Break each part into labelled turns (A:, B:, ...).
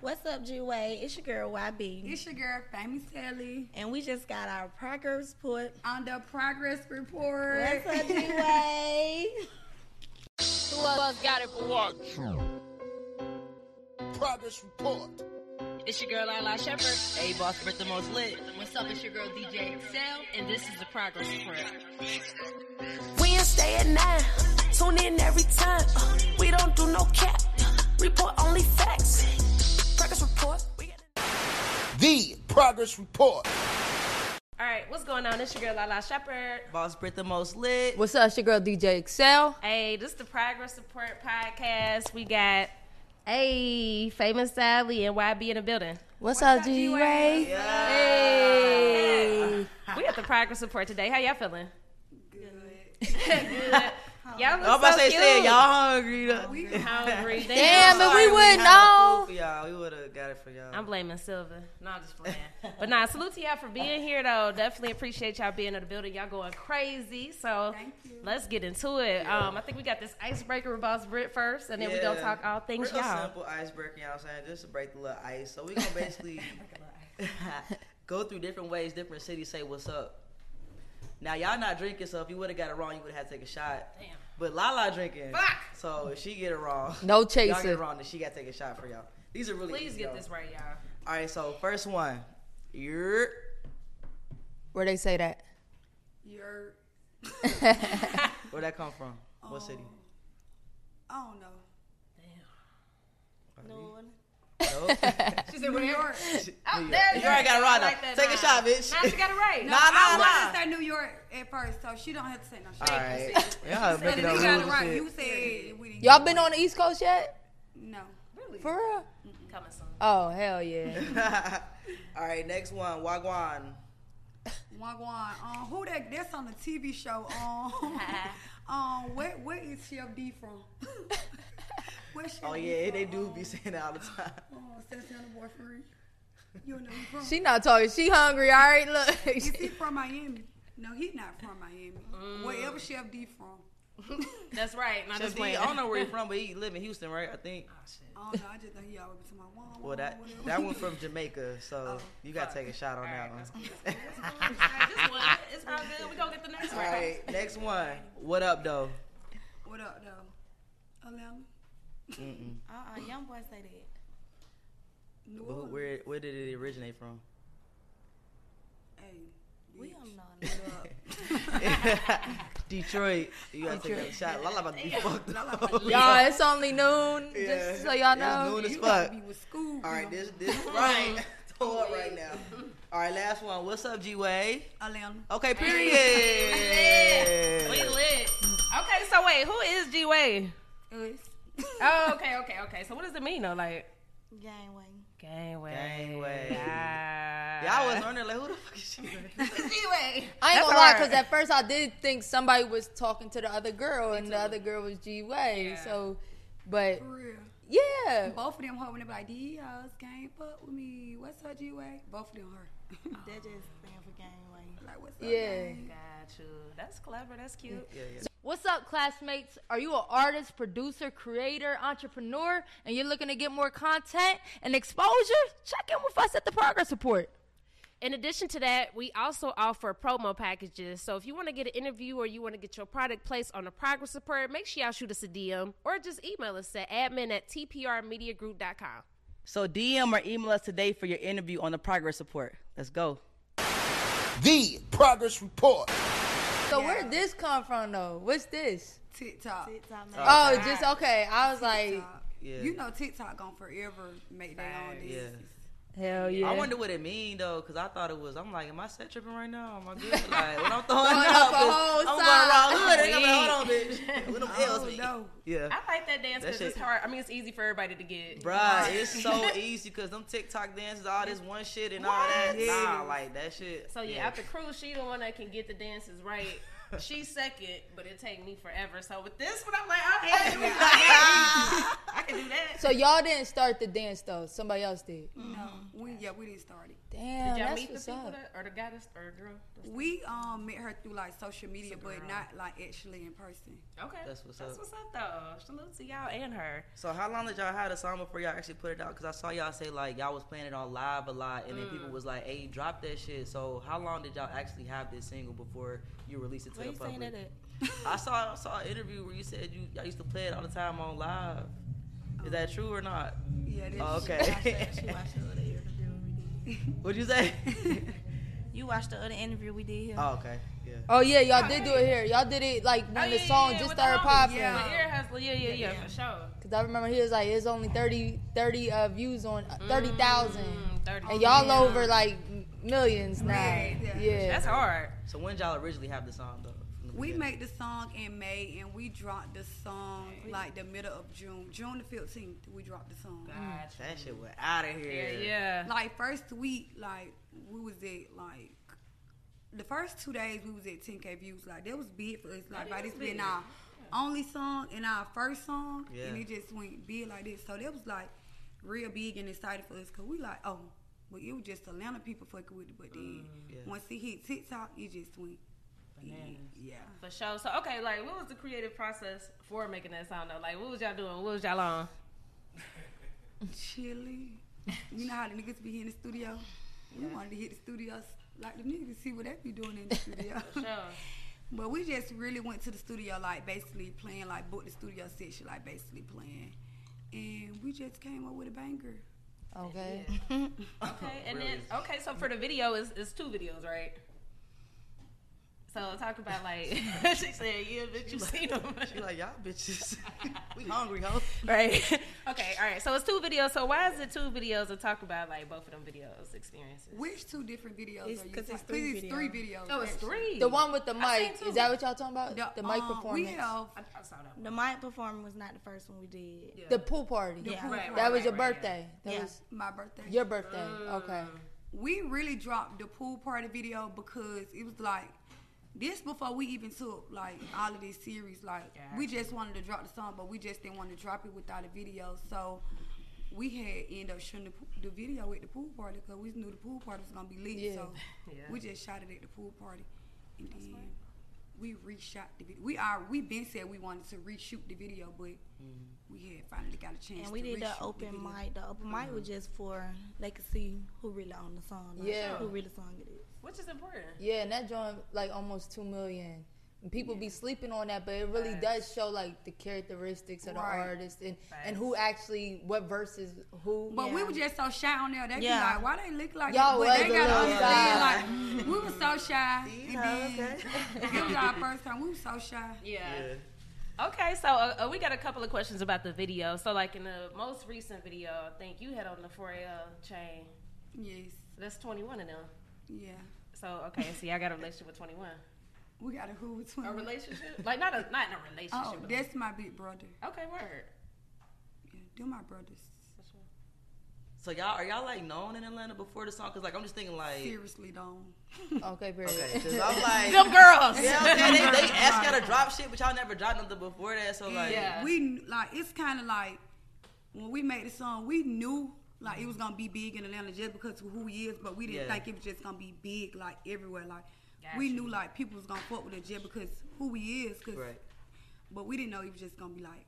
A: What's up, Juway? It's your girl YB.
B: It's your girl, Famous Telly,
A: and we just got our progress put.
B: on the progress report.
A: What's up, Juway?
C: Who else got it for what?
D: Progress report.
C: It's your girl Lila Shepherd, A Boss with the most lit. What's up? It's your girl DJ Excel, and this is the progress report.
E: Wednesday at nine. Tune in every time. Uh, we don't do no cap. Report only facts. Practice report. We got-
D: The progress report.
F: All right, what's going on? It's your girl Lala Shepherd.
C: Boss Brit the most lit.
G: What's up? It's your girl DJ Excel.
F: Hey, this is the Progress Support Podcast. We got hey, famous Sally and YB in the building.
G: What's, up, G Ray?
F: Hey, we at the Progress Support today. How y'all feeling? Good. Good. Y'all look
H: I'm about to
F: so
H: say,
F: cute.
H: said y'all hungry. though.
F: Hungry.
G: Damn, if we wouldn't know.
H: For y'all, we would have got it for y'all.
F: I'm blaming Silver. No, I'm just playing. but nah, salute to y'all for being here though. Definitely appreciate y'all being in the building. Y'all going crazy. So let's get into it. Um, I think we got this icebreaker with Boss Britt first, and then we gonna
H: Yeah.
F: talk all things
H: Real
F: y'all.
H: simple icebreaker, you know what I'm saying? Just to break the little ice. So we gonna basically go through different ways, different cities say what's up. Now y'all not drinking, so if you would have got it wrong, you would have had to take a shot. Damn. But Lala drinking.
F: Fuck.
H: So if she get it wrong.
G: No
H: Y'all get
G: chaser.
H: it wrong, then she got to take a shot for y'all. These are really
F: Please
H: easy,
F: get
H: though.
F: this right, y'all.
H: All right, so first one. You're
G: Where they say that?
B: You're,
H: where'd that come from? What city?
F: Oh.
B: I don't know.
H: Nope.
F: She said, whatever.
H: New York. You already got it wrong. though. Take a shot, bitch.
F: Now she got it right.
B: No,
H: Nah, nah,
B: I
H: nah.
B: wanted to say New York at first, so she don't have to say no shit.
H: All right. Y'all
B: But
H: making
B: you
H: up rules
B: got it
H: and
B: right.
H: shit.
B: You said we didn't.
G: Y'all been on the East Coast yet?
B: No.
G: For real?
F: Coming soon.
G: Oh hell yeah!
H: All right, next one, Wagwan.
B: Wagwan. Um, who that? That's on the TV show. Um, um, where where is Chef D from? Where's Chef
H: Oh
B: D
H: yeah,
B: from?
H: they do be
B: Um,
H: saying that all the time.
B: Oh, Santana Boy Free. You don't know who he from.
G: She not talking. She hungry. All right,
B: Is he
G: look.
B: from Miami? No, he's not from Miami. Wherever Chef D from.
F: That's right. Not
H: Chef
F: just
H: D, I
F: playing. Oh,
H: don't know where he from, but he live in Houston, right? I think.
B: I don't know. I just think he always be to my mom.
H: Well, that that one from Jamaica,
F: Oh,
H: so you gotta take a shot on that one.
F: This one, it's real good. We gonna get the next
H: All
F: one.
H: right, next one. What up, though?
B: What up, though? Atlanta?
A: Uh-uh, young boy say that.
B: New
H: Who-
B: Orleans?
H: Where where did it originate from?
B: Hey,
A: We don't know.
H: Detroit. You gotta take a shot. Lala about to be fucked up.
G: Y'all, it's only noon.
H: Yeah.
G: Just so y'all
H: It's
G: know.
H: noon as
B: you gotta
H: fuck.
B: be with school.
H: All right,
B: you know.
H: this this right. Throw it right now. All right, last one. What's up, G Way?
B: Atlanta.
H: Okay,
F: We
H: period.
F: lit. Okay, so wait, who is G Way?
B: Us.
F: Oh, okay, okay, okay. So what does it mean though? Like
A: Gangway.
F: gangway.
H: Gangway.
F: Yeah,
H: Y'all was wondering like, who the fuck is she?
G: I ain't
F: That's
G: gonna lie,
F: alright.
G: because at first I did think somebody was talking to the other girl, and the other girl was G Way.
F: Yeah.
G: So, but
B: For real.
G: yeah,
B: Both of them holding up like, these hoes can't fuck with me. What's up, G-Way? Both of them her.
A: That just stand for gangway.
B: Like, what's up,
G: yeah.
B: gang?
F: Got you. That's clever. That's cute.
E: What's up, classmates? Are you an artist, producer, creator, entrepreneur, and you're looking to get more content and exposure? Check in with us at the Progress Report.
F: In addition to that, we also offer promo packages. So if you want to get an interview or you want to get your product placed on the progress report, make sure y'all shoot us a DM or just email us at admin at tprmediagroup.com.
H: So DM or email us today for your interview on the progress report. Let's go.
D: The progress report.
G: So where did this come from though? What's this?
B: TikTok.
G: Oh, just okay. I was like,
H: Yeah.
B: You know TikTok gonna forever make their own
H: yeah.
B: this.
G: hell yeah.
H: I wonder what it mean though, because I thought it was. I'm like, am I set tripping right now? Am I good? Like, when I'm throwing
B: Throwing
H: up,
B: up a
H: 'cause
B: whole
H: I'm
B: side.
H: going wrong hood. and I'm like, hold on,
B: Weak.
H: bitch. With them
B: I
H: L's,
B: don't
H: bitch.
B: know.
H: Yeah.
F: I like that dance
H: That
F: because it's
H: shit-
F: hard. I mean, it's easy for everybody to get.
H: Bruh, it's so easy because them TikTok dances, all this one shit and all that.
F: What?
H: Nah, like that shit.
F: So yeah, after cruise, she the one that can get the dances right. She's second, but it take me forever. So with this one, I'm like, I, I, can do that. I can do that.
G: So y'all didn't start the dance though. Somebody else did.
B: No, we yeah we didn't start it.
G: Damn,
F: Did y'all
G: that's
F: meet the
G: what's
F: people
G: up.
F: that, or the guy that's or the girl? that's-
B: We um met her through like social media, but
F: girl.
B: not like actually in person.
F: Okay,
H: That's what's
F: that's
H: up.
F: what's up though. Salute to y'all and her.
H: So how long did y'all have the song before y'all actually put it out? Because I saw y'all say like y'all was playing it on live a lot,
F: Mm.
H: and then people was like, "Hey, drop that shit." So how long did y'all actually have this single before you released it to
F: Where
H: the
F: you saying
H: public?
F: that at?
H: I saw I saw an interview where you said you y'all used to play it all the time on live. Is that true or not?
B: Yeah, this
H: Oh, okay. What'd you say?
I: You watched the other interview we did here.
H: oh, okay. Yeah.
G: Oh yeah, y'all did do it here. Y'all did it like when the song just started popping.
F: Yeah, ear hustler. Yeah, yeah, yeah, for sure.
G: Cause I remember he was like, it's only 30, 30 uh, views on thirty thousand, and
F: 30.
G: y'all
F: Yeah.
G: over like m- millions now. yeah.
F: That's hard.
H: So when did y'all originally have the song though? From the
B: We
H: beginning?
B: made the song in May and we dropped the song like the middle of June. June the fifteenth we dropped the song.
H: that shit went out of here.
B: Like first week, like we was at like the first two days we was at 10k views. Like that was big for us. Like by
F: is
B: this being
F: big.
B: our only song and our first song,
H: Yeah.
B: and it just went big like this. So that was like real big and excited for us because we like oh, but it was just Atlanta people fucking with it. But then
F: Yeah.
B: once it hit TikTok, it just went bananas. Yeah.
F: For sure. So okay, like what was the creative process for making that sound though? Like what was y'all doing? What was y'all on?
B: Chili. You know how the niggas be here in the studio? We wanted to hit the studios like the niggas see what they be doing in the studio. But we just really went to the studio like basically playing like book the studio section like basically playing. And we just came up with a banger.
G: Okay.
F: Okay, and then okay, so for the video is it's two videos, right? So talk about like she said, yeah, bitch, you seen them.
H: She like y'all bitches. we hungry, huh?
F: Right. okay, all right. So it's two videos. So why is it two videos and talk about like both of them videos experiences?
B: Which two different videos
F: It's-
B: are you
F: 'cause it's
B: talking-
F: three
B: it's three videos.
F: videos. Oh, it's
B: actually.
F: three.
G: The one with the
I: I
G: mic.
I: seen two.
G: Is that what y'all talking about? The, mic
B: um, we
G: performance.
B: have-
F: I saw that
I: The mic performing was not the first one we did.
G: The pool party.
I: The Yeah. pool
G: that
I: party.
G: was your
I: Right, right,
G: birthday. That
I: Yeah.
G: was
B: my birthday.
G: Your birthday. Okay.
B: we really dropped the pool party video because it was like this before we even took like all of this series. Like we just wanted to drop the song, but we just didn't want to drop it without a video. So we had end up shooting the, po- the video at the pool party because we knew the pool party was gonna be lit.
G: Yeah.
B: So
F: Yeah.
B: we just shot it at the pool party, and then we reshot the video. We are we been said we wanted to reshoot the video, but
F: Mm-hmm.
B: we had finally got a chance.
I: And we
B: to
I: did the
B: reshoot
I: open
B: video.
I: mic. The open mic was just for they could see who really owned the song. like,
G: Yeah.
I: Who really sung it is.
F: Which is important.
G: Yeah, and that joined like almost two million. And people be sleeping on that, but it really does show like the characteristics of the
B: Right.
G: artist and, and who actually what verses who.
B: But we were just so shy on there. They
G: Yeah.
B: be like, why they look like
G: Y'all
B: that? But they
G: was a
B: gotta understand, like, mm,
G: little
B: we were so shy. and then, it was our first time. We were so shy.
F: Yeah. Okay, so uh, uh, we got a couple of questions about the video. So, like in the most recent video, I think you had on the 4L chain.
B: Yes.
F: That's 21 of them.
B: Yeah.
F: So, okay, so y'all got a relationship with 21.
B: We got a who between
F: A relationship? like, not, a, not in a
B: Oh,
F: relationship. but-
B: that's my big brother.
F: Okay, word.
B: Yeah, they're my brothers.
H: So y'all are y'all like known in Atlanta before the song? Cause like I'm just thinking like
B: seriously known.
G: Okay, period.
H: Okay, 'cause I'm like
F: Them girls.
H: Yeah, okay, they, they
B: Them
H: ask y'all
B: girls.
H: to drop shit, but y'all never dropped nothing before that. So like,
B: yeah. we kn- like it's kind of like when we made the song, we knew like it was gonna be big in Atlanta just because of who he is, but we didn't
H: Yeah.
B: think it was just gonna be big like everywhere. Like we
F: Gotcha.
B: knew like people was gonna fuck with it just because who he is, 'cause-
H: Right.
B: but we didn't know he was just gonna be like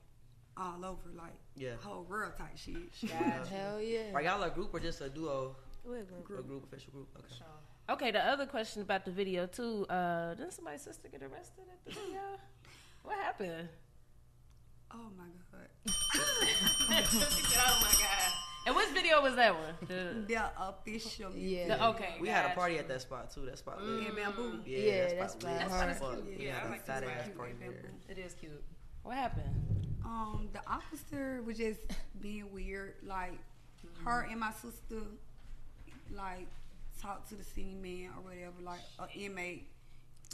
B: all over, like
H: Yeah.
B: whole world type shit.
G: Hell yeah.
H: Are y'all a group or just a duo?
I: We're a group.
H: A group, official group. Okay.
F: Okay, the other question about the video, too. Uh, didn't somebody's sister get arrested at the video? what happened?
B: Oh my god.
F: oh, my God. And which video was that one? The,
B: official.
F: Yeah.
B: music.
F: okay.
H: We had a party at that spot too. That spot.
B: Mm.
H: lit.
B: In Bamboo.
H: Yeah,
B: Yeah,
H: that
B: that's
H: spot.
B: fly
H: lit as
B: hard.
H: fuck.
B: Yeah,
H: We had
B: I
H: a
B: like
H: fat
B: this
H: ass
B: spot.
H: party there.
F: It is cute. What happened?
B: Um, the officer was just being weird. Like her and my sister, like talked to the city man or whatever, like an inmate.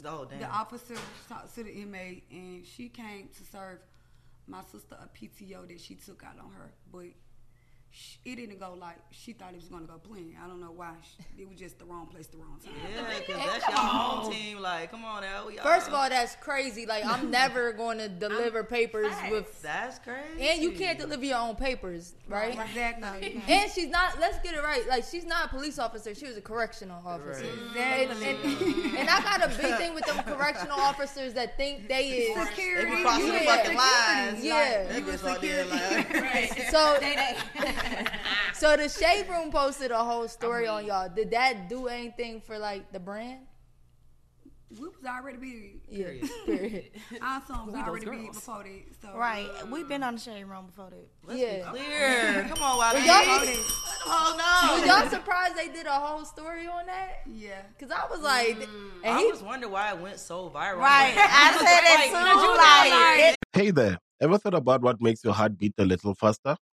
H: Oh damn.
B: The officer talked to the inmate, and she came to serve my sister a PTO that she took out on her, but sh it didn't go like she thought it was gonna go playing. I don't know why. She, it was just the wrong place, the wrong time.
H: Yeah, 'cause that's y'all home team. Like, come on now. Y'all.
G: oh. First of all, that's crazy. Like I'm never going to deliver papers with.
H: That's crazy.
G: And you can't deliver your own papers, right?
B: Right, exactly.
G: No. And she's not. Let's get it right. Like she's not a police officer. She was a correctional officer.
B: Right. Exactly.
G: And, and I got a big thing with them correctional officers that think they is
B: Security.
H: They be crossing the
G: Yeah.
H: fucking lines.
G: Yeah.
H: Like, that bitch all there, like,
G: So, so the shade room posted a whole story on y'all. Did that do anything for like the brand?
B: We was already big.
G: Yeah.
B: Our song was
G: We those
B: already big
G: girls.
B: before that. So
I: Right. We've been on the shade room before that.
G: Let's be Yeah.
H: clear. Come on, Wiley.
G: Were y'all-
H: Let 'em hold on.
G: Was y'all surprised they did a whole story on that?
B: Yeah.
G: Cause I was like, and
H: I
G: he
H: was wondering why it went so viral.
I: Right.
H: Like,
I: I said that
H: like,
I: too,
H: did you
I: like,
H: realize-
I: it-
J: Hey there, ever thought about what makes your heart beat a little faster?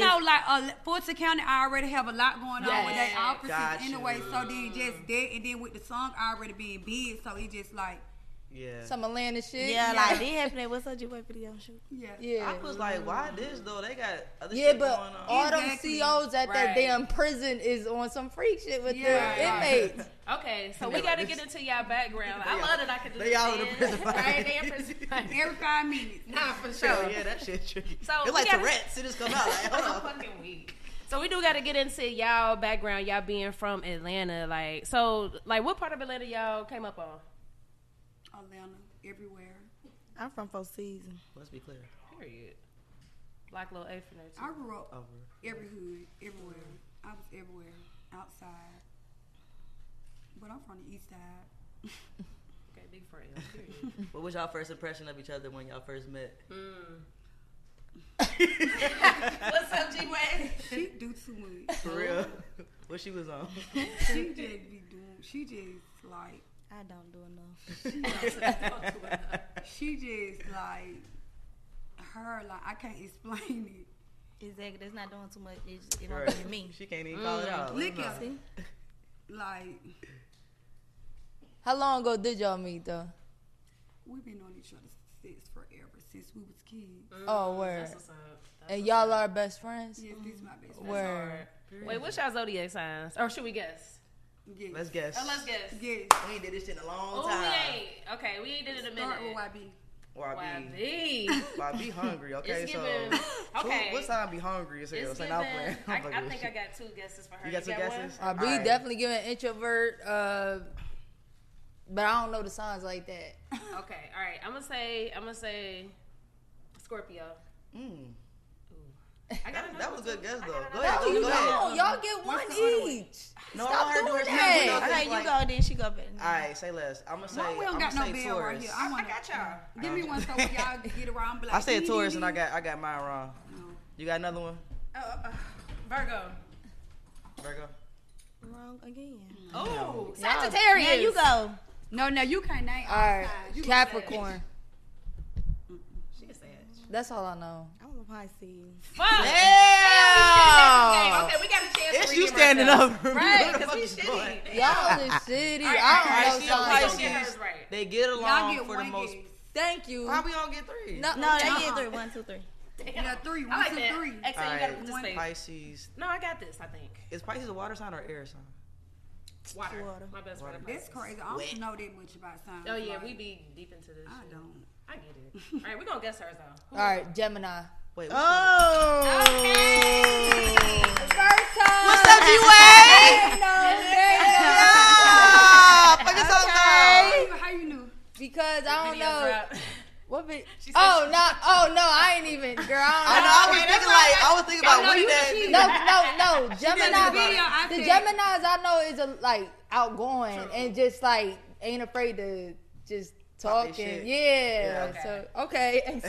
B: know, like uh, Fulton County, I already have a lot going on with their
H: Yes.
B: offices
H: Got you.
B: anyway. So then just that, and then with the song already being big, so it just like
H: Yeah.
G: some Atlanta shit.
I: Yeah, like they having that What's Up G Way video shoot.
B: Yeah.
G: Yeah.
H: I was like, why this though? They got other
G: Yeah,
H: shit
G: but
H: going on.
G: all them
B: Exactly.
G: COs at that
B: Right.
G: damn prison is on some freak shit with
B: Yeah.
G: their inmates.
F: Okay, so we got to get into y'all background. I
H: They
F: love that I could do
H: they
F: this.
H: all in the
F: then.
H: prison
F: Right,
H: fight.
F: they in prison fight.
B: every five minutes.
F: Nah, for
H: Hell
F: sure.
H: yeah, that shit tricky.
F: So we
H: it's like
F: gotta-
H: Tourette's. It just come out. Like, hold
F: So
H: on.
F: fucking weak. So we do got to get into y'all background, y'all being from Atlanta. Like, so, like, what part of Atlanta y'all came up on?
B: Atlanta, everywhere.
I: I'm from Four Seasons.
H: Let's be clear.
F: Period. Like little A from there too.
B: I grew up
H: Over.
B: every hood, everywhere. I was everywhere, outside. But I'm from the east side.
F: Okay, big friend. Period.
H: What was y'all first impression of each other when y'all first met?
F: Mm. What's up, G West?
B: she do too much.
H: For real. what she was on?
B: She just be doing. She just like.
I: I don't do enough.
B: She just like. Her like I can't explain it.
I: Exactly. That's not doing too much. It's, it don't
H: For real.
I: get me.
H: She can't even call it
F: Mm.
H: out.
B: Look
H: Like,
B: at
H: no.
B: me. Like
G: How long ago did y'all meet though?
B: we've been on each other since forever, since we was kids.
G: Oh, word.
F: What's up?
G: And y'all are best friends.
B: Yes, this is my best friend.
H: Mm-hmm.
G: Word.
F: Wait, what's y'all zodiac signs? Or should we guess?
B: Yes.
H: Let's guess.
F: Oh, let's guess.
B: yes.
H: We ain't did this shit in a long
F: Oh,
H: time.
F: we ain't. Okay, we ain't did it in a minute.
B: Start with YB.
H: Why be?
F: YB.
H: Why be hungry? Okay,
F: It's
H: so
F: giving-
H: who-
F: okay.
H: What time be hungry? So I'm
F: It's
H: saying
F: giving,
H: I'm playing.
F: I,
H: I'm fucking
F: I
H: with
F: think
H: you.
F: I got two guesses for her.
H: You got two
F: got
H: guesses?
F: One?
G: Uh, we
H: Alright.
G: definitely give an introvert, uh, but I don't know the signs like that.
F: Okay, all right. I'm gonna say. I'm gonna say Scorpio.
H: Mm.
F: I got
H: That,
F: another
H: that was
F: one,
H: a good
F: too.
H: guess
F: I
H: though.
F: got
H: Go ahead.
F: another
H: Go,
G: No, you
H: go ahead.
G: don't. Y'all get one each.
H: No,
G: Stop
H: I heard
G: doing
H: yours. No, no,
G: that.
H: no.
I: Okay,
H: Like-
I: you go then. She go back.
H: All right, say less. I'm gonna say.
B: Why we don't
H: I'm
B: got
H: gonna
B: no
H: say
B: bell right
H: Taurus.
B: here? I,
F: I
B: wanna,
F: got y'all.
B: Give me one so when y'all get around. Be like,
H: I said
B: dee,
H: Taurus,
B: dee,
H: and I
B: dee.
H: got I got mine wrong. You got another one,
F: Uh, uh, Virgo.
H: Virgo.
I: Wrong again.
F: Oh,
I: Sagittarius. Now you go.
B: No, no, you can't name
G: All right,
B: outside. You
G: Capricorn.
F: she said.
G: That's all I know.
I: I'm a Pisces.
F: Fuck.
I: Damn.
F: Damn, we got a chance to
I: It's
F: redeem
I: you standing
F: ourselves.
I: up for me.
F: Right,
I: What the
F: because we
I: fuck is going
F: shitty.
I: on? Y'all is shitty. I don't know
H: Pisces.
I: something.
H: Pisces, They get
I: Y'all
H: along
I: get
H: for the
I: one
H: most.
I: Thank you.
H: Why we all get three?
I: No, no, they get three. One, two, three.
B: Yeah, three.
F: I
B: One,
F: like
B: two,
F: that.
B: three.
F: Excellent. you gotta
H: Alright,
F: participate.
H: Pisces.
F: No, I got this. I think
H: Is Pisces a water sign or air sign?
F: water. My best friend.
B: That's crazy. I
H: Wet.
B: don't know that much about signs.
F: Oh yeah,
B: Like,
F: we be deep into this.
B: I
F: shit.
B: don't.
F: I get it. All right, we're gonna guess hers though.
G: All right, Gemini.
H: Wait.
G: Oh.
F: Okay.
G: First time.
H: What's up,
G: G-Way?
B: How you- How you knew?
G: Because I don't
B: video
G: know.
B: dropped.
G: What? vi- oh no! Oh no! I ain't even, girl.
H: I know, I was Okay, thinking that's like- why I- I was thinking about I know when you that- cheated.
G: No, no, no.
H: She didn't think
G: Gemini.
H: about it. Video, I
G: The
H: said-
G: Gemini's I know is a, like outgoing and just like ain't afraid to just
F: Talk
G: talk
F: their shit.
G: and
F: Yeah,
G: yeah.
F: okay.
G: So okay, and so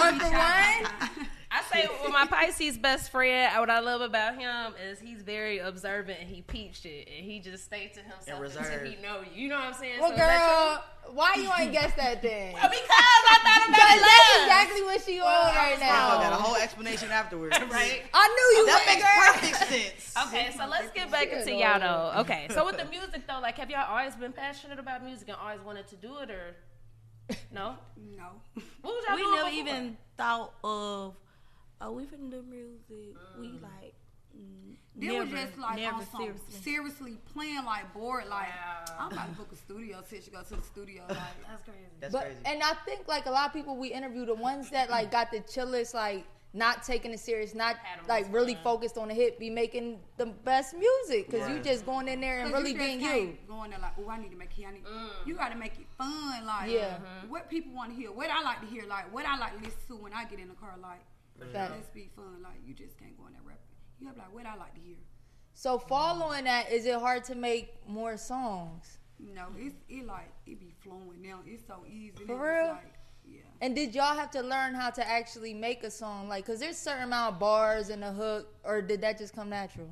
G: one for one.
F: I say, well, my Pisces best friend, what I love about him is he's very observant and he peeps shit and he just stays to himself until
H: reserved.
F: he know you. You know what I'm saying?
G: Well,
F: So is that
G: girl, why you ain't guess that then?
F: true? because I thought about
G: Because that's
F: love.
G: exactly what she on right
H: I got a
G: now.
H: whole explanation afterwards. right?
G: I knew you.
H: That
G: would,
H: makes
G: girl.
H: perfect sense.
F: Okay, so let's get back into y'all though. Okay, so with the music though, like, have y'all always been passionate about music and always wanted to do it, or no?
B: No.
F: What was y'all
I: we
F: doing
I: never
F: before?
I: even thought of oh we finna do music we like mm,
B: They
I: never,
B: were just like
I: never
B: on some
I: seriously
B: seriously. playing like bored. Like I'm about to book a studio. Since you go to the studio, like
F: that's crazy.
H: That's
G: but and I think like a lot of people we interview, the ones that like got the chillest, like not taking it serious, not like really focused on the hit, be making the best music because you
B: Right.
G: just going in there and
B: 'Cause
G: really
B: you
G: being
B: just
G: you.
B: can't Go in there like, oh, I need to make it. I need. You got to make it fun. Like,
G: Yeah.
F: Mm-hmm.
B: what people want to hear, what I like to hear, like what I like to listen to when I get in the car, like.
G: Facts.
B: Let's be fun. Like you just can't go in there rapping. You have like what I like to hear.
G: So following that, is it hard to make more songs?
B: No, it's it like it be flowing now. It's so easy.
G: For
B: It's
G: real?
B: Like,
G: And did y'all have to learn how to actually make a song? Like, cause there's certain amount of bars in the hook, or did that just come natural?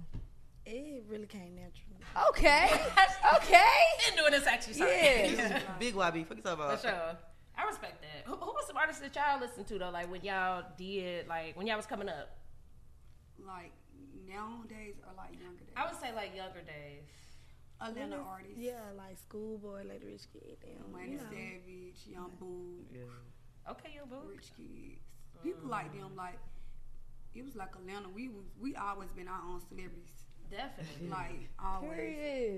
I: it really came naturally
G: Okay, okay.
F: Been doing this exercise.
G: Yeah.
H: Big YB. Fuck you talking
F: For
H: about.
F: sure. I respect that. Who, who was some artists that y'all listened to though? Like when y'all did, like when y'all was coming up.
B: like nowadays or like younger days.
F: I would say like younger days.
B: Atlanta artists.
I: yeah like schoolboy like the rich kid damn
B: Wayne
I: you know.
B: Savage, Young Boo,
F: Okay, Young Boo,
B: Rich Kids,
F: Mm.
B: people like them. Like it was like Atlanta. We was, we always been our own celebrities.
F: Definitely.
B: Like always.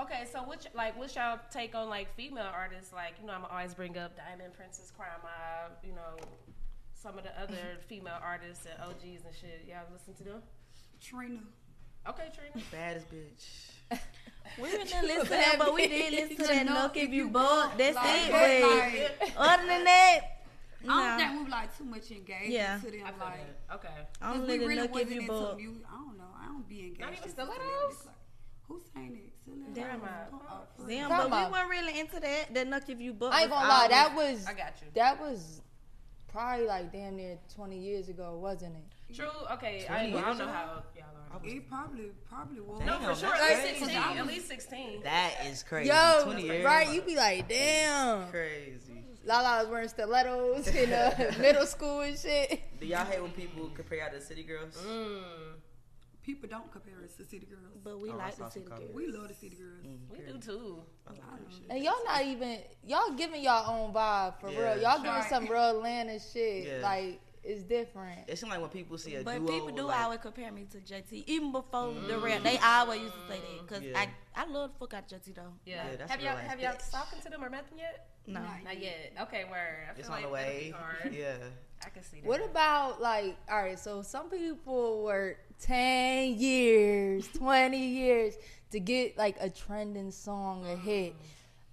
F: Okay, so which like what's y'all take on like female artists? Like you know, I'm always bring up Diamond Princess, Crime Mob, you know, some of the other female artists and OGs and shit. Y'all listen to them?
B: Trina.
F: Okay, Trina.
H: Bad as bitch.
I: we didn't listen to that but we did listen to that no if you book that's
B: Like,
I: it
B: like-
I: but other than that
B: I don't
I: no.
B: think we were like too much engaged
I: Yeah.
B: to them.
F: I feel
B: Like
F: that. Okay.
I: I'm
B: Cause we
I: letting
B: really
I: look if
B: wasn't
I: you
B: into
I: book.
B: mu- I don't know. I don't be engaged.
F: even
B: into
F: still
B: celebrities.
F: those?
B: Like, who sang it? Stilettos.
I: Damn.
B: Oh, for
I: Damn,
B: real.
I: but
G: Grandma.
I: we weren't really into that. That nuck if you book.
G: I ain't
I: was
G: gonna lie, that
I: always-
G: was
F: I got you.
G: That was probably like damn near 20 years ago, wasn't it?
F: True. Okay, I, ain't- I don't know how y'all are.
B: It probably probably was.
F: No,
H: Damn,
F: for sure.
H: that's
F: At
H: crazy.
F: least sixteen. At least sixteen.
H: That is crazy.
G: Yo,
H: 20 years.
G: right? You be like, damn.
H: Crazy.
G: Lala was wearing stilettos in uh, middle school and shit.
H: Do y'all hate when people compare y'all to city girls?
F: Mm. Hmm,
B: People don't compare us to City Girls.
I: But we
H: Oh, I
I: like
H: saw
I: the
H: some
I: city
H: comments.
I: girls.
B: We love the City Girls.
F: We do too.
G: And y'all not even y'all giving y'all own vibe for
H: Yeah.
G: real. Y'all giving
B: Right.
G: some real Atlanta shit.
H: Yeah.
G: Like it's different.
H: It seems like when people see a
I: But
H: duo,
I: people do
H: like,
I: always compare me to JT, even before the rap. They always used to say that because
H: Yeah.
I: I I love the fuck out of JT though.
F: Yeah.
H: Yeah, that's
F: have
H: real
F: y'all
H: life,
F: have y'all
H: bitch.
F: talking to them or met them yet?
I: No,
F: Not yet. Okay, word. I feel
H: it's on
F: like
H: the
F: that'll be
H: way.
F: hard.
H: Yeah.
F: I can see that.
G: What about like all right, so some people work 10 years, 20 years to get like a trending song a hit.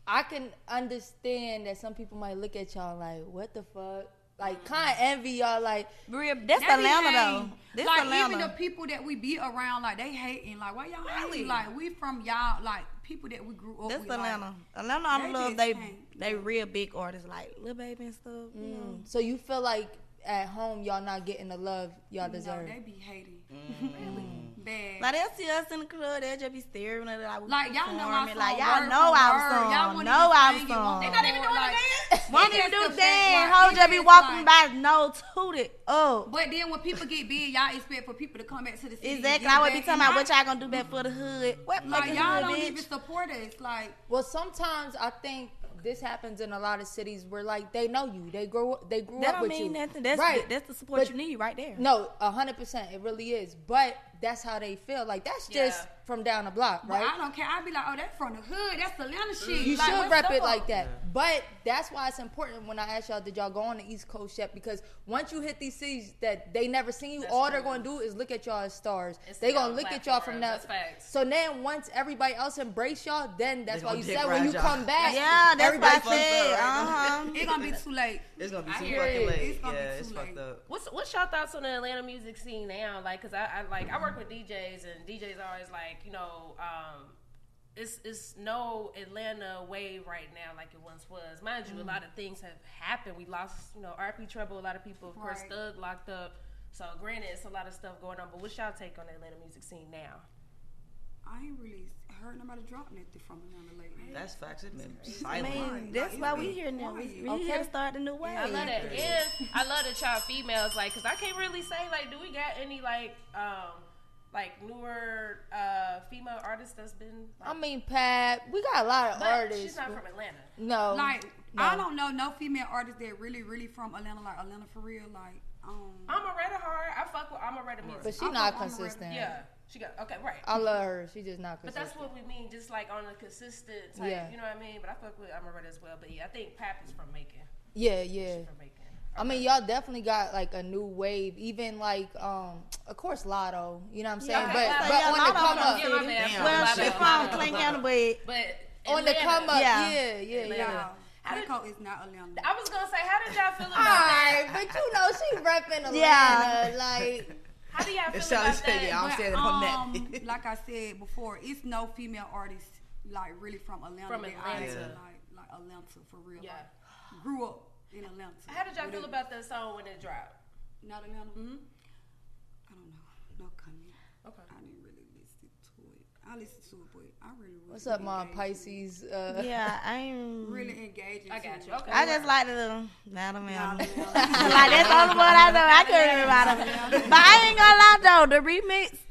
G: I can understand that some people might look at y'all like, what the fuck? Like kind of envy y'all like
I: Real- that's
B: That be
I: Atlanta
B: hate.
I: though. This
B: like
I: Atlanta.
B: even the people that we be around, like they hating. Like why y'all hating? Like we from y'all, like people that we grew up.
I: That's
B: with,
I: Atlanta. Atlanta,
B: They
I: I love
B: just
I: they
B: can't. Mm.
I: they real big artists like Lil Baby and stuff. You know.
G: so you feel like at home y'all not getting the love y'all
B: Like, no,
G: deserve.
B: they be hating.
I: Mm-hmm.
B: Really
I: Like
B: bad.
I: they'll see us in the club, they'll just be staring at us like, we
B: Like y'all know I
I: performing. like
B: song
I: y'all
B: word
I: know
B: for
I: our
B: word.
I: song,
B: Y'all wouldn't
I: know
B: even
I: our
B: sing it, won't
I: song.
B: they
F: Not even doing
B: Like,
F: the dance.
I: One
B: It
I: can
B: is the
I: do
B: fact,
I: that.
B: like,
I: Hold
B: it
I: just be
B: is
I: walking
B: like-
I: by, no toot it up.
B: But then when people get big, y'all expect for people to come back to the city. and
I: Exactly.
B: give
I: I would be
B: back,
I: talking
B: and
I: about what y'all gonna do back for the hood. What
B: Like
I: fucking
B: y'all
I: hood,
B: don't
I: bitch?
B: even support us. Like
G: Well, sometimes I think this happens in a lot of cities where like they know you, they grow, they grew
I: That
G: up
I: don't
G: with
I: mean
G: you.
I: nothing. That's
G: right.
I: the- that's the support
G: But-
I: you need right there.
G: No, hundred percent, it really is. But that's how they feel. Like that's just from down the block,
B: But
G: right?
B: I don't care. I'd be like, oh, that's from the hood. That's Atlanta shit.
G: You
B: Like,
G: should
B: what's
G: rep it
B: up?
G: like that. But that's why it's important when I ask y'all, did y'all go on the East Coast yet? Because once you hit these cities that they never seen you, all they're going to do is look at y'all as stars.
F: It's
G: they
F: the
G: going to look at y'all from
F: platform.
G: now.
F: That's facts.
G: So then once everybody else embrace y'all, then that's
H: They
G: why
H: gonna
G: you
H: dick
G: said when
H: ride
G: you
H: y'all.
G: come back,
H: Yeah, that's
G: everybody
H: what I said, uh-huh.
B: It's gonna be too late.
H: It's gonna be
F: I
H: too
F: hear
H: fucking
F: it.
H: late.
F: It's gonna
H: yeah,
F: be too
H: it's fucked up.
F: What's what's y'all thoughts on the Atlanta music scene now? Like, cause I, I like I work with DJs and DJs are always like, you know, um, it's it's no Atlanta wave right now like it once was. Mind you, a
K: Mm.
F: lot of things have happened. We lost, you know, RP Trouble. A lot of people, of course,
K: Right.
F: Thug locked up. So granted, it's a lot of stuff going on. But what's y'all take on the Atlanta music scene now?
B: I ain't really heard nobody drop nothing from Atlanta lately.
H: That's facts. It been
I: I
H: silent.
I: mean, that's why we here now. We, we
B: Okay.
I: here to start the new way.
F: I love that. And I love that y'all females like, cause I can't really say like, do we got any like, um, like newer uh female artists that's been? Like,
G: I mean, Pat, we got a lot of
F: But
G: artists.
F: she's not from Atlanta.
G: No.
B: Like
G: no.
B: I don't know no female artist that really, really from Atlanta, like Atlanta for real. Like um,
F: I'm a Retta hard. I fuck with I'm a Retta music.
G: But she
F: I fuck
G: not
F: with I'ma Retta-
G: consistent.
F: Yeah, she got okay right.
G: I love her. She just not
F: But
G: consistent.
F: that's what we mean, just like on a consistent, type,
G: Yeah.
F: you know what I mean. But I fuck with I'm a Retta as well. But yeah, I think Pap is from Macon.
G: Yeah, yeah. I mean, y'all definitely got like a new wave, even like, um, of course, Lotto. You know what I'm saying?
I: Yeah,
G: but
I: okay,
G: but
I: yeah,
G: on the
I: Lotto
G: come
I: from
G: up,
I: City. Damn. Well, she from Clayton County, but-
G: on the come up, yeah, yeah, yeah.
B: How did Cole uh, is not Atlanta?
F: I was gonna say, how did y'all feel about
G: All right,
F: that?
G: but you know she repping Atlanta,
F: Yeah.
G: like
F: How do y'all
H: It
F: feel
H: sounds-
F: about that?
H: yeah, I'm
B: But,
H: standing on that.
B: um, like I said before, it's no female artist like really from Atlanta.
F: From
B: that I
F: Atlanta.
B: feel like like Atlanta for real. Like, grew up in Atlanta.
F: How did y'all
B: With
F: feel
B: it.
F: about that song when it dropped?
B: Not Atlanta. Mm-hmm. I don't know. No comment.
F: Okay.
B: I didn't really listen to it. I listened to it, but I really
G: what's
B: wasn't
G: up, my
B: engaged.
G: Pisces? Uh,
I: Yeah, I ain't
B: really engaging.
F: I got you. Okay.
I: I just like the Nada Man. like
F: Madam.
I: that's the only one I know. I couldn't remember. them. But I ain't gonna lie though, the remix.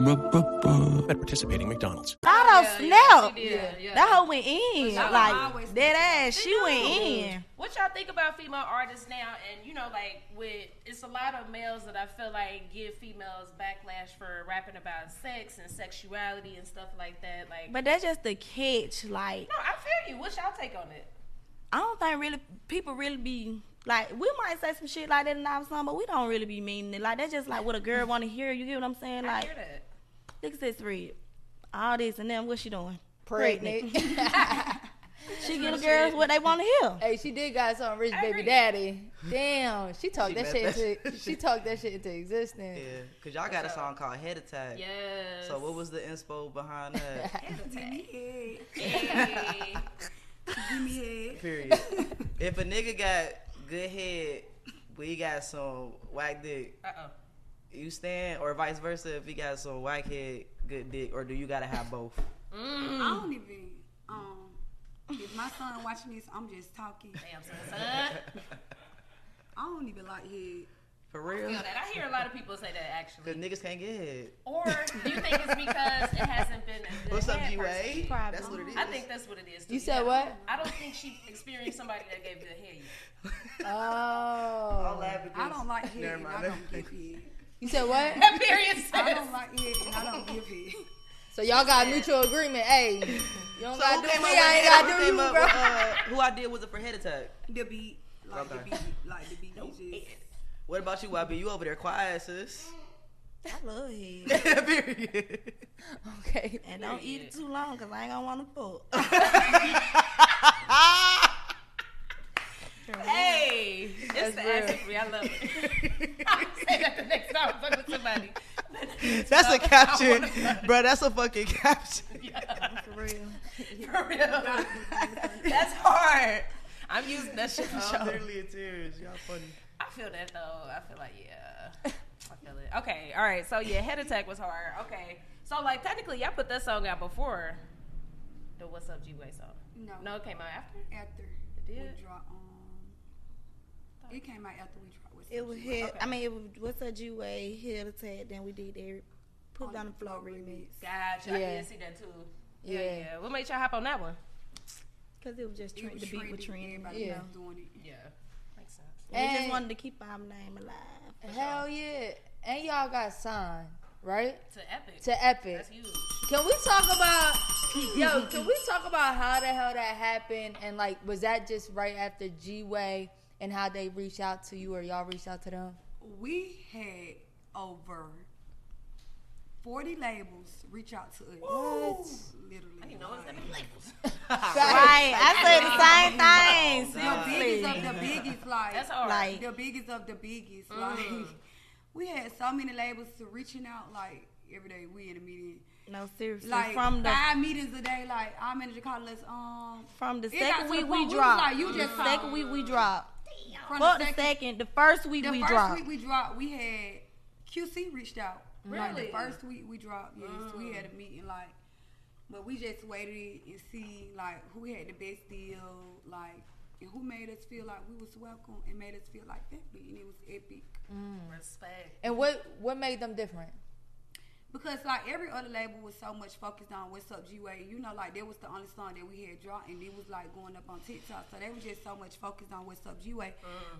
L: Ba-da-ba-ba-ba. At participating McDonald's.
I: Lotto snap.
F: did, yeah.
I: That hoe went in.
F: Lotto always
I: Like that ass, she went in.
F: What y'all think about female artists now? And you know, like with it's a lot of males that I feel like give females backlash for rapping about sex and sexuality and stuff like that. Like,
I: But that's just the catch. Like
F: no, I feel you. What y'all take on it?
I: I don't think really people really be like we might say some shit like that in our song, but we don't really be meaning it. Like that's just like what a girl want to hear. You get what I'm saying?
F: I
I: Like
F: hear that.
I: look at this read all this and then what she doing?
G: Pregnant.
I: she give the girls what they want to hear.
G: Hey, she did got some rich
I: I
G: baby
I: agree.
G: daddy. Damn, she talked
H: She
G: that
H: met
G: shit
H: that-
G: into she talked that shit into existence.
H: Yeah, cause y'all got a song called Head Attack.
F: Yes.
H: So what was the inspo behind that? Period. if a nigga got good head, we got some whack dick.
F: Uh oh.
H: You stand, or vice versa. If he got some whack head, good dick, or do you gotta have both?
B: I don't even. Um, if my son watching this, I'm just talking.
F: Damn, son.
B: I don't even like head.
H: For
F: I
H: real.
F: feel that. I hear a lot of people say that actually.
H: Cause niggas can't get head.
F: Or do you think it's because it hasn't been a good
H: What's up,
F: head
H: G-Way?
F: person?
H: That's what it
F: I
H: is.
F: think that's what it is.
G: You said what?
F: I don't think she experienced somebody that gave good hair. yet.
G: Oh.
H: I'll laugh
B: I don't like head.
H: Never
B: and
H: mind.
B: I don't give head.
G: You said what?
F: Period.
H: Oh,
B: I don't like head and I don't give head.
G: So y'all got a mutual agreement. Hey, you don't
H: So
G: gotta
H: who
G: do
H: came
G: me.
H: up
G: I
H: with
G: ain't
H: that? Who
G: gotta do you,
H: came
G: bro.
H: up with, uh, Who I did was it for head attack?
B: The beat, like the beat, like the beat. you just-
H: What about you, YB? You over there quiet, sis?
I: I love head.
H: Period.
G: Okay.
I: And don't eat it too long because I ain't gonna want to fuck.
F: Hey,
I: That's
F: it's the
I: real.
F: ass free. I love it. I'll say that the next time I fuck with somebody.
H: That's a
F: I
H: caption,
F: wanna fuck.
H: bro. That's a fucking caption.
F: For real. For real. That's hard. I'm using that shit for
H: I'm
F: sure.
H: literally in tears. Y'all funny.
F: I feel that though. I feel like yeah. I feel it. Okay. All right. So yeah, head attack was hard. Okay. So like technically, y'all put that song out before the What's Up G Way song.
B: No.
F: No, it came out after.
B: After.
F: It
B: We
F: did?
B: dropped. Um, it came out after we dropped. What's
I: It
B: Up,
I: was
B: G-Way.
I: hit. I mean, it was what's up, G way hit attack. Then we did that. Put
B: Oh,
I: it on the floor remix.
F: Gotcha. I did see that too. Yeah.
I: Yeah.
F: yeah. What made y'all hop on that one?
I: Cause it was just
B: It
I: trend,
B: was
I: the beat
B: trendy,
I: was trending.
B: everybody
I: Yeah.
B: was doing it.
F: Yeah. Makes sense.
I: And we just
G: And-
I: wanted to keep our name alive.
G: Hell yeah. And y'all got signed, right?
F: To Epic.
G: To Epic.
F: That's huge.
G: Can we talk about yo, can we talk about how the hell that happened and like was that just right after G Way and how they reached out to you or y'all reached out to them?
B: We had over 40 labels reach out to us.
G: What?
B: Literally.
F: I didn't know it was that many labels.
I: Right. I said the same thing.
B: The biggest of the
I: seriously.
B: biggest, like,
F: That's hard.
I: Like-
B: the biggest of the biggest. Like,
I: Mm.
B: we had so many labels to reaching out, like, every day we in a meeting.
I: No, seriously.
B: Like
I: from the
B: five meetings a day, like our manager called us. Um,
I: from the
B: it got to
I: second
B: the
I: week
B: point
I: we
B: was
I: dropped.
B: Like, you just
I: the second week we dropped.
B: From
I: Fuck
B: the
I: the
B: second-
I: second. The first week
B: the
I: we
B: first
I: dropped. Mm.
B: week we dropped, we had QC reached out. Mm. Like,
F: Really?
B: the first week we dropped, yes, we had a meeting like, but we just waited and see like who had the best deal, like and who made us feel like we was welcome and made us feel like family, and it was epic.
I: Mm.
F: Respect.
G: And what what made them different?
B: Because like every other label was so much focused on what's up G Way, you know, like that was the only song that we had dropped, and it was like going up on TikTok, so they were just so much focused on what's up G Way.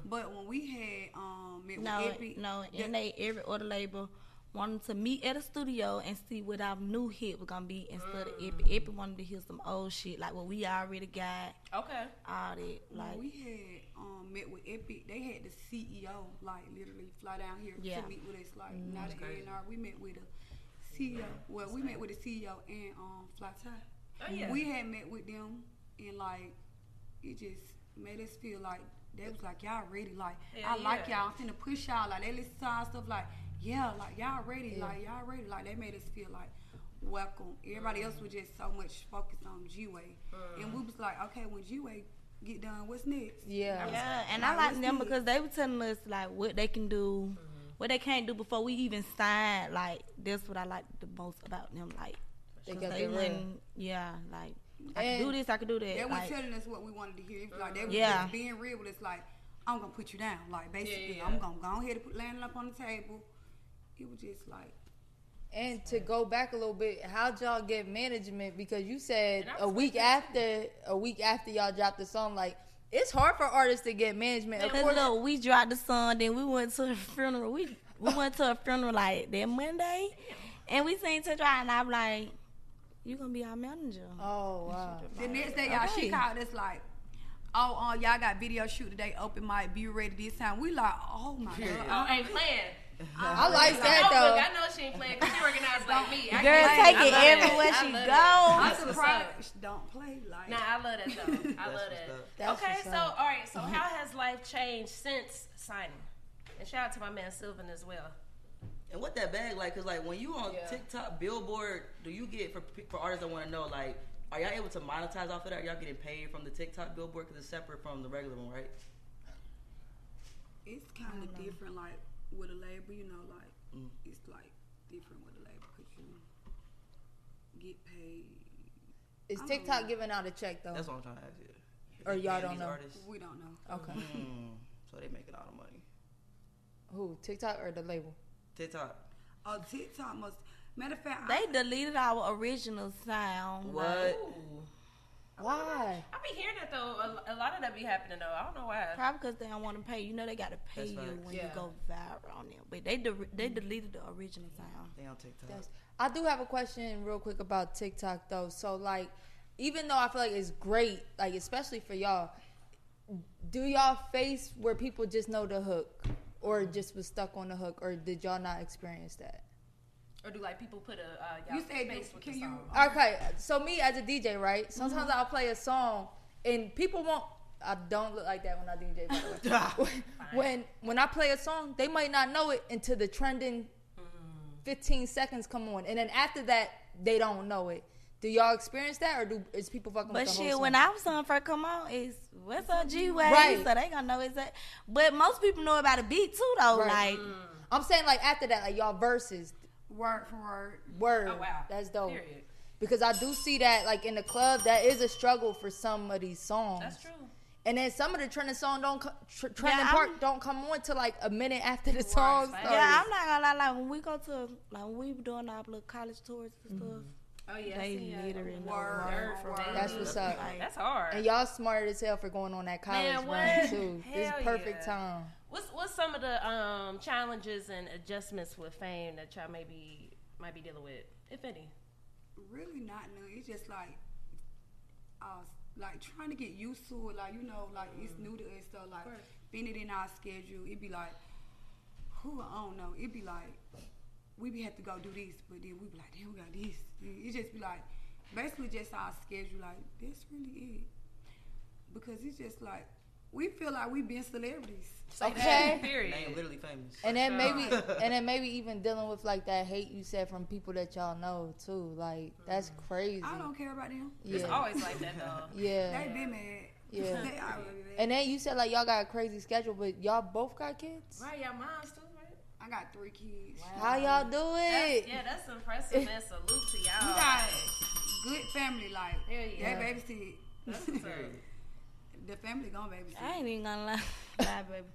B: But when we had um, it was
I: No,
B: epic.
I: no,
B: the-
I: and they every other label wanted to meet at a studio and see what our new hit was gonna be instead of
B: Mm.
I: Epic. Epic wanted to hear some old shit like what we already got,
F: Okay.
I: all that. Like
B: Oh, we had um, met with Epic. They had the CEO like literally fly down here
I: Yeah.
B: to meet with us. Like
I: Mm.
B: not
I: That's
B: an
I: crazy.
B: A&R. We met with a CEO. Well, we met with the CEO and um, Fly Tie.
F: Oh, yeah.
B: We had met with them and like it just made us feel like they was like y'all ready. Like
F: Yeah,
B: I like
F: yeah.
B: y'all. I'm finna push y'all. Like they listen to our stuff. Like yeah, like y'all ready.
G: Yeah.
B: Like y'all ready. Like they made us feel like welcome. Everybody else was just so much focused on G Way, and we was like, okay, when G Way get done, what's next?
G: Yeah.
I: yeah, and I like them because they were telling us like what they can do,
B: Mm-hmm.
I: what they can't do before we even sign. Like that's what I like the most about them. Like
G: They
I: 'cause
G: got
I: they
G: their
I: wouldn't, yeah, like I can do
G: And
I: this, I can do that.
B: They were
I: like,
B: telling us what we wanted to hear. It was like they were
I: Yeah.
B: just being real with us. Like I'm gonna put you down. Like basically,
F: yeah,
B: I'm
F: yeah.
B: gonna go ahead and put landing up on the table. It was just like
G: And to go back a little bit, how'd y'all get management? Because you said
F: And I
G: a
F: was
G: week after a week after y'all dropped the song, like it's hard for artists to get management. Of
I: Cause
G: course,
I: look, we dropped the song, then we went to a funeral. We we went to a funeral like that Monday, and we seen to try, and I'm like, "You gonna be our manager?"
G: Oh wow!
B: the next day, y'all she
I: Okay.
B: called us like. Oh, uh, y'all got video shoot today. Open mic, be ready this time. We like, oh my
F: I
B: god.
F: ain't playing.
G: I like that
F: oh,
G: though.
F: Look, I know she ain't playing because she organized like me. I
I: Girl, take
F: can't- I
I: it
F: love that.
I: everywhere
F: I
I: she
F: love
I: go.
F: that.
B: I'm
F: That's what's
B: surprised.
F: up.
B: Don't play like.
F: Nah, I love that though. I love
H: what's up.
F: that.
G: That's
F: okay,
G: what's
F: so
G: up.
F: all right, so how has life changed since signing? And shout out to my man Sylvan as well.
H: And what that bag like? Cause like when you on
F: Yeah.
H: TikTok, Billboard, do you get for for artists that want to know like, are y'all able to monetize off of that? Are y'all getting paid from the TikTok Billboard? Cause it's separate from the regular one, right?
B: It's kind of different, like with a label, you know, like
H: Mm.
B: it's like different with a label because you get paid. I
G: Is
B: don't
G: TikTok
B: know.
G: giving out a check though?
H: That's what I'm trying to ask you.
G: Or
H: They paying
G: y'all don't
H: these
G: know?
H: Artists.
B: We don't know.
G: Okay.
H: Mm, so they making all the money.
G: Who TikTok or the label?
H: TikTok.
B: Oh, TikTok must. Matter of fact,
I: They deleted our original sound.
H: What?
I: like,
G: Why?
F: I be hearing that though. A, a lot of that be happening though. I don't know why.
I: probably because they don't want to pay. You know they got to pay
H: That's
I: you
H: facts.
I: when you
F: Yeah.
I: go viral on them. But they de- they deleted the original sound.
H: They on TikTok.
G: That's, I do have a question real quick about TikTok though. So like, even though I feel like it's great, like especially for y'all, do y'all face where people just know the hook, or just was stuck on the hook, or did y'all not experience that?
F: Or do like people put a uh, y'all
B: You said
F: face
B: do-
F: with
B: can
F: the
B: you-
F: song?
G: Okay, so me as a DJ, right? Sometimes
I: Mm-hmm.
G: I'll play a song and people won't. I don't look like that when I DJ. By the way. when when I play a song, they might not know it until
I: Mm.
G: the trending fifteen seconds come on, and then after that, they don't know it. Do y'all experience that, or do is people fucking?
I: But
G: with the
I: shit,
G: whole
I: when
G: song?
I: I was on first come on, it's what's up, G Way.
G: Right.
I: So they gonna know it's that. But most people know about a beat too, though.
G: Right.
I: Like
G: I'm saying, like after that, like y'all verses,
B: word for word,
G: word.
I: Oh, wow.
G: that's dope.
I: Period.
G: Because I do see that, like in the club, that is a struggle for some of these songs. That's true. And then some of the trending song don't co- tr- trending
I: Yeah, I'm-
G: part don't come on till like a minute after the song starts.
H: Oh,
I: yeah, I'm not gonna lie. Like when we go to like when we doing our little college tours and
H: Mm-hmm.
I: stuff.
F: Oh yeah, I
I: they
F: see, yeah.
I: literally know
F: Word
I: uh, word
F: for
I: for
F: word.
I: word.
G: That's what's up.
I: Like,
F: That's hard.
G: And y'all smart as hell for going on that college
F: Man,
G: run
F: what?
G: too. this is
F: Hell
G: perfect
F: yeah.
G: time.
F: What's what's some of the um, challenges and adjustments with fame that y'all maybe might be dealing with, if any?
B: really not new. It's just like, uh, like trying to get used to it. Like you know, like it's
G: Mm-hmm.
B: new to us. So like, being it in our schedule, it'd be like, who I don't know. It'd be like, we be have to go do this, but then we be like, damn, we got this. It just be like, basically just our schedule. Like that's really it, because it's just like. We feel like we been celebrities.
G: Okay.
H: They ain't literally famous.
G: And then maybe, and then maybe even dealing with like that hate you said from people that y'all know too. Like that's crazy.
B: I don't care about them.
G: It's Yeah. always like that, though. Yeah.
B: They been mad.
G: Yeah.
B: They already mad.
G: And then you said like y'all got a crazy schedule, but y'all both got kids.
F: Right, y'all moms too, right?
B: I got three kids.
G: How y'all do it?
F: That's, yeah, that's impressive. man. salute to y'all.
B: We got good family, like
F: Uh, yeah.
B: they babysit.
F: That's what's up.
B: the family gone babysit.
I: I ain't even gonna lie, lie baby.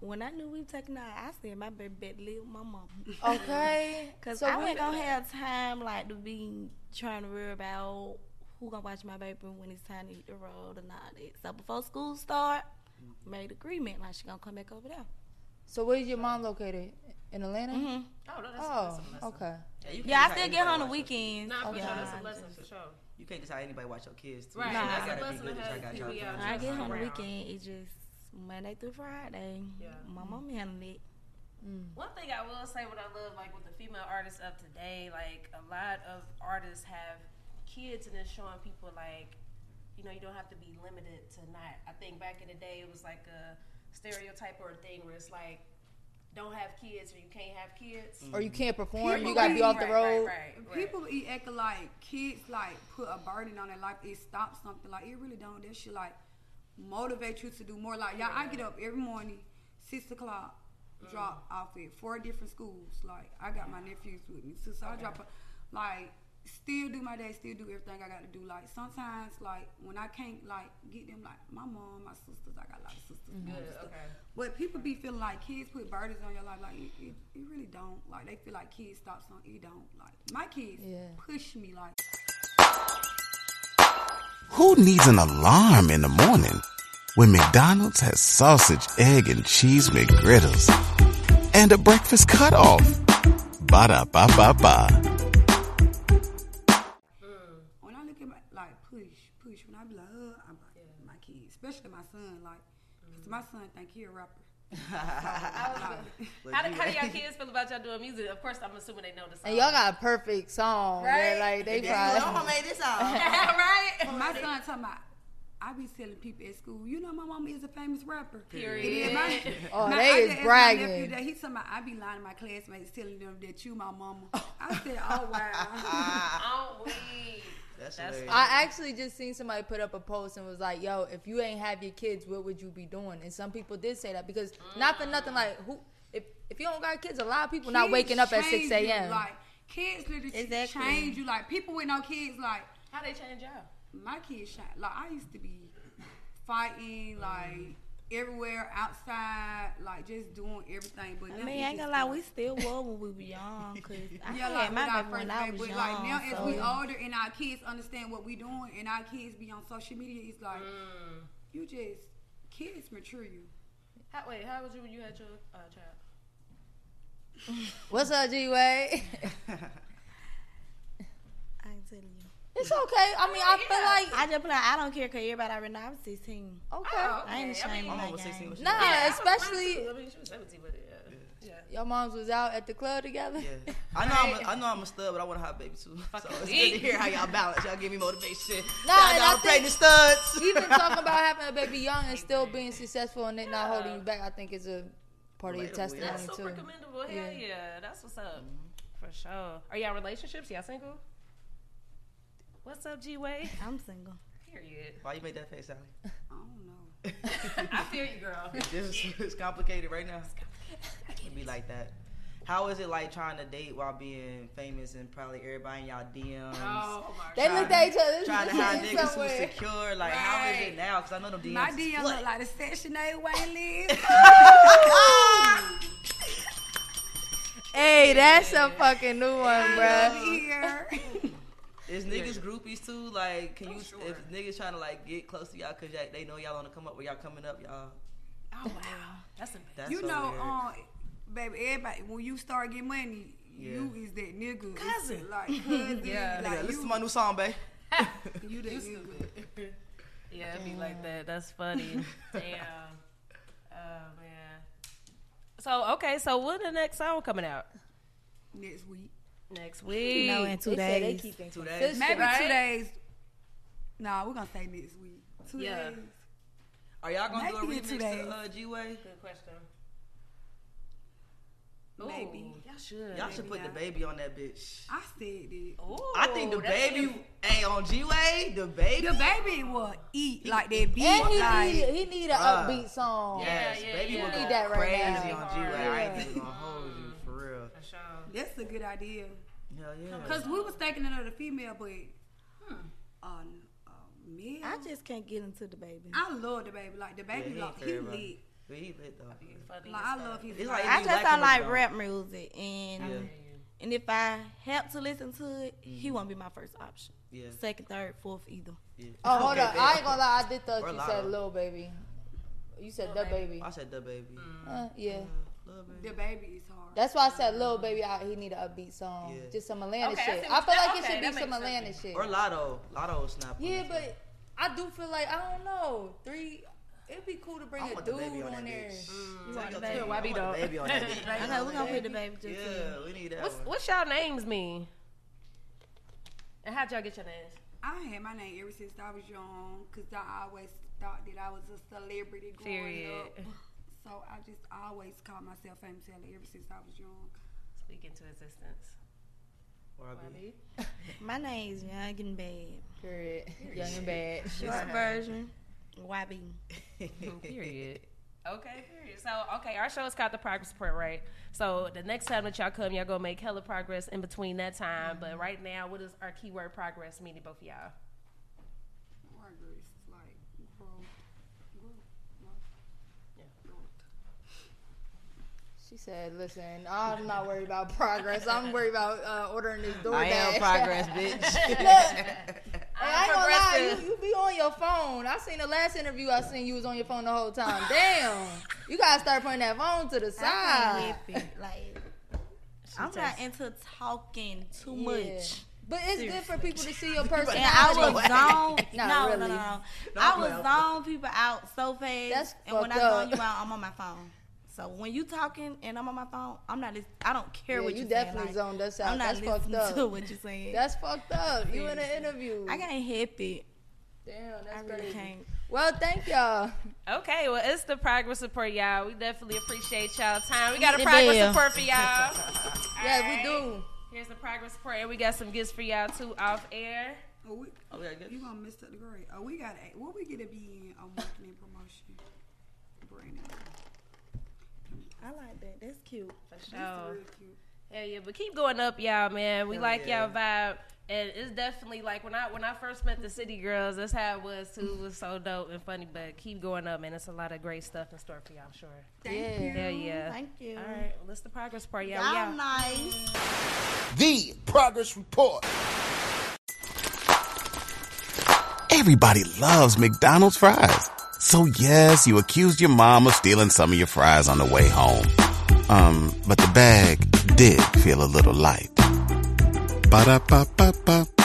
I: When I knew we were taking out, I said my baby better live with my mom.
G: Okay.
I: Because
G: So
I: I
G: we-
I: wasn't gonna have time like to be trying to worry about who gonna watch my baby when it's time to hit the road and all that. So before school start,
H: Mm-hmm.
I: made agreement like she gonna come back over there.
G: So where's your mom located? In Atlanta?
I: Mhm.
F: Oh, no,
G: Oh, okay.
H: Yeah, you
I: Yeah,
H: can't
I: I
H: decide
I: still get her on the
H: anybody watch your
I: weekends.
H: kids.
F: Nah, for
I: Yeah.
F: sure, that's a blessing for sure.
H: You can't decide anybody watch your kids. Too.
F: Right,
H: Y'all
F: that's a
H: gotta be
F: blessing
H: good
F: to
H: that
F: have
H: y'all got
F: people
H: y'all
F: y'all
H: family.
I: I get her on the
F: Around.
I: weekend. It's just Monday through Friday. My mom
B: Mm-hmm.
I: handled it.
F: One thing I will say, what I love, like with the female artists of today, like a lot of artists have kids, and it's showing people like, you know, you don't have to be limited to not. I think back in the day, it was like a stereotype or a thing where it's like, don't have kids or you can't have kids,
G: Or you can't perform.
F: People
G: you gotta be
F: leave.
G: off the
F: Right, right,
G: road.
F: right.
B: Mm. People eat acting like kids like put a burden on their life. It stops something. Like it really don't. That shit like motivate you to do more. Like y'all, I get up every morning, six o'clock, drop off at four different schools. Like I got my nephews with me too, so I drop. A, like still do my day, still do everything I got to do. Like sometimes, like when I can't like get them, like my mom, my sisters, I got a lot of sisters.
F: Mhm.
B: moms and
F: Good,
B: stuff.
F: okay.
B: But people be feeling like kids put burdens on your life. Like it, it, it really don't. Like they feel like kids stop something. It don't. Like my kids
G: Yeah.
B: push me. Like
K: Who needs an alarm in the morning when McDonald's has sausage, egg, and cheese McGriddles and a breakfast cutoff? Ba da ba ba ba.
B: when I look at my like push, push. When I be like, uh, I'm like my kids, especially my son. Like 'cause my son think he a rapper. So, like,
F: How, do, how do y'all kids feel about y'all doing music? Of course, I'm assuming they know the song.
G: And y'all got a perfect song. Right?
F: Right?
G: Like they
F: Yeah,
G: probably.
F: y'all made
H: this
F: right?
B: My son talking about. I be telling people at school, you know, my mama is a famous rapper.
F: Period.
B: And then my-
G: Oh,
B: my-
G: they
B: I
G: is
B: just asked my
G: bragging.
B: nephew that he talking about, I be lying to my classmates, telling them that you my mama. I said, oh wow.
F: Oh, we.
H: That's,
G: I actually just seen somebody put up a post and was like, "Yo, if you ain't have your kids, what would you be doing?" And some people did say that because not for nothing, like who if if you don't got kids, a lot of people not
B: Kids
G: waking up at
B: change
G: six
B: you,
G: a.m.
B: Like kids literally
G: Exactly.
B: change you. Like people with no kids, like
F: how they change y'all.
B: My kids shine. Like I used to be fighting, like everywhere outside, like just doing everything. But
I: I
B: now
I: mean,
B: it's
I: I ain't
B: just
I: gonna lie,
B: like-
I: we still were when we were young. Cause I
B: yeah,
I: had
B: like
I: my
B: with our
I: baby
B: first
I: when I was
B: baby, but
I: young.
B: like now
I: so.
B: as we older and our kids understand what we doing and our kids be on social media, it's like
F: Mm.
B: you just kids mature you.
F: How, wait, how old was you when you had your uh, child?
G: What's up, G Way?
I: I can tell you.
G: it's okay. I mean, I feel like
I: I just be like, I don't care because everybody already know I was 16.
B: Oh,
G: Okay.
I: I ain't ashamed of
H: My
I: my
H: mom was 16
I: game.
H: when she
G: Nah,
H: was
I: Oh, Yeah, I was
G: especially
F: I mean, she was 17, but yeah. yeah.
G: your moms was out at the club together.
H: I know I'm a, I know I'm a stud, but I want a hot baby too. So it's good to hear how y'all balance. Y'all give me motivation.
G: No,
H: Nah,
G: and
H: y'all
G: I
H: pregnant
G: think-
H: studs.
G: Even talking about having a baby young and still being successful and it not holding you back, I think is a part of your
H: Relatable, yeah.
G: testimony
F: That's super
G: too.
F: commendable. Hell yeah. that's what's up. For sure. Are y'all relationships? Y'all single? What's up, G Way?
I: I'm single.
F: Period.
H: Why you make that face, Sally?
F: I feel you, girl.
H: This is it's complicated right now. It be like that. How is it like trying to date while being famous and probably everybody in y'all DMs?
F: Oh, my
G: They
H: Trying-
G: looked at each other.
H: Trying to hide
G: This is
H: niggas
G: somewhere.
H: who's secure. Like, how is
B: Right.
H: it now? Because I know them DMs.
B: My
H: is
B: DM
H: split.
B: look like a Section 8 waiting list.
G: Hey, that's a fucking new one, bruh.
H: Is niggas groupies too? Like,
B: Oh,
H: can you if niggas trying to like get close to y'all because they know y'all want to come up, where y'all coming up, y'all.
F: Oh wow, that's a
H: That's
B: you
H: so
B: know,
H: weird.
B: um, baby, everybody, when you start getting money, you is that nigga. It's Like, cousin.
F: Yeah.
B: Like,
H: Nigga,
B: you,
H: listen to my new song, babe.
B: you that nigga.
F: yeah, it'd be like that. That's funny. Damn. Oh man. So okay, so when the next song coming out?
B: Next week.
F: Next week.
I: No, in two They said they days.
B: keep
I: Two
F: days.
B: Maybe
F: Right?
B: two days. Nah, we're gonna say next week. Two
F: Yeah.
B: days.
H: Are y'all gonna do a
B: Maybe in two
H: remix to
B: days.
H: uh, G Way?
F: Good question.
B: Maybe.
F: Y'all should.
H: Y'all should put the baby on that bitch.
B: I said it.
F: Ooh,
H: I think the baby ain't on G Way. The baby.
B: The baby will eat like that beat.
G: And he
B: like,
G: need, he need an
H: Bruh.
G: upbeat song.
H: Yes,
B: yeah,
H: baby
B: yeah.
H: was
B: Need
H: going
B: that right
H: crazy
B: now.
H: on G Way. I ain't
B: Yeah.
H: even gonna hold you for real.
B: That's a good idea.
H: Hell yeah.
B: Cause we was thinking of the female, but on male.
I: I just can't get into the baby.
B: I love the baby. Like the baby,
H: Yeah,
B: like
H: he
B: he
H: ain't for
B: lit.
H: everybody. But he lit though.
B: Like I love his.
H: It's
B: vibe.
H: like
I: I
H: he
I: just
H: lacking
I: don't like
H: though.
I: rap music, and and if I have to listen to it, he won't be my first option.
H: Mm-hmm. Yeah.
I: Second, third, fourth, either.
G: Oh, hold on.
H: babe.
G: I ain't gonna lie. I did thought
H: Or
G: you
H: Lotto.
G: said little baby. You said the baby.
H: I said the baby.
B: Mm.
G: Uh, yeah.
B: the baby is hard.
G: That's why I said little baby. I, he need an upbeat song.
H: Yeah.
G: Just some Atlanta
B: Okay, I
G: shit.
B: see
G: I,
B: what
G: feel
B: you-
G: like
B: okay,
G: it
B: that
G: should be some
B: makes
G: Atlanta shit.
H: Or Lotto. Lotto was not.
G: yeah, but I do feel like I don't know. Three. It'd be cool to bring
H: I
G: a
H: want
G: dude
H: the baby on that
G: on, there.
H: bitch. Take
G: You want
H: your
G: the baby?
H: time.
G: Why
H: I
G: be
H: want the
G: dog?
H: baby on that bitch.
I: I know we're gonna put the baby just.
H: Yeah, we need that
F: What's,
H: one.
F: what's y'all names mean? And how'd y'all get your names?
B: I had my name ever since I was young, cause I always thought that I was a celebrity growing
F: Period.
B: up. So I just always called myself famous Ellie ever since I was young.
F: Speak into existence.
H: YB.
I: My name is Young and Bad.
G: Period. Young and bad.
I: Short version. YB.
F: Period. Okay, period. So, okay, our show is called The Progress Report, right? So, the next time that y'all come, y'all gonna make hella progress in between that time. But right now, what does our keyword progress mean to both of y'all?
B: Progress, like growth, growth,
G: She said, "Listen, I'm not worried about progress. I'm worried about uh, ordering this DoorDash."
H: I am progress, bitch.
G: Look, I ain't gonna lie,
H: progressive.
G: you, you be on your phone. I seen the last interview I seen you was on your phone the whole time. Damn, you gotta start putting that phone to the
I: I
G: side.
I: can't whip it. Like, I'm not into talking too much.
G: But it's good for people to see your
I: And
G: personality.
I: I was zoned.
G: Not
I: no,
G: really.
I: no, no, no.
G: Don't
I: I
G: play
I: was
G: with
I: zoned people out so fast.
G: That's
I: and when
G: fucked
I: I
G: up.
I: zone you out, I'm on my phone. So when you talking and I'm on my phone, I'm not. Lis- I don't care
G: Yeah,
I: what
G: you
I: you
G: definitely
I: saying. Like,
G: zoned us out.
I: I'm not
G: That's fucked
I: listening
G: up.
I: to what you saying.
G: That's fucked up. You in an interview.
I: I can't help it.
G: Damn,
I: I
G: that's
I: really
G: crazy.
I: can't.
G: Well, thank y'all.
F: Okay, well, it's the progress report, y'all. We definitely appreciate y'all time. We got a
G: The
F: progress
G: bell.
F: report for y'all.
G: Yeah, we
F: Alright. Here's the progress report, and we got some gifts for y'all too off air.
B: Oh, we, You gonna miss up the grade? Oh, we got a, what we get to be in on marketing and promotion. Brandon,
I: I like that. That's cute.
F: For sure. Oh. Hell yeah, but keep going up, y'all, man. We
I: Hell
F: like
I: yeah.
F: y'all vibe. And it's definitely like when I when I first met the City Girls, that's how it was too. It was so dope and funny. But keep going up, man. It's a lot of great stuff in store for y'all, I'm sure.
I: Thank Yeah. you.
F: Hell yeah.
I: Thank you.
F: All right, well, that's the progress part, y'all.
I: Y'all
F: Yeah.
I: nice.
D: The Progress Report.
K: Everybody loves McDonald's fries. So yes, you accused your mom of stealing some of your fries on the way home. Um, but the bag did feel a little light. Ba-da-ba-ba-ba.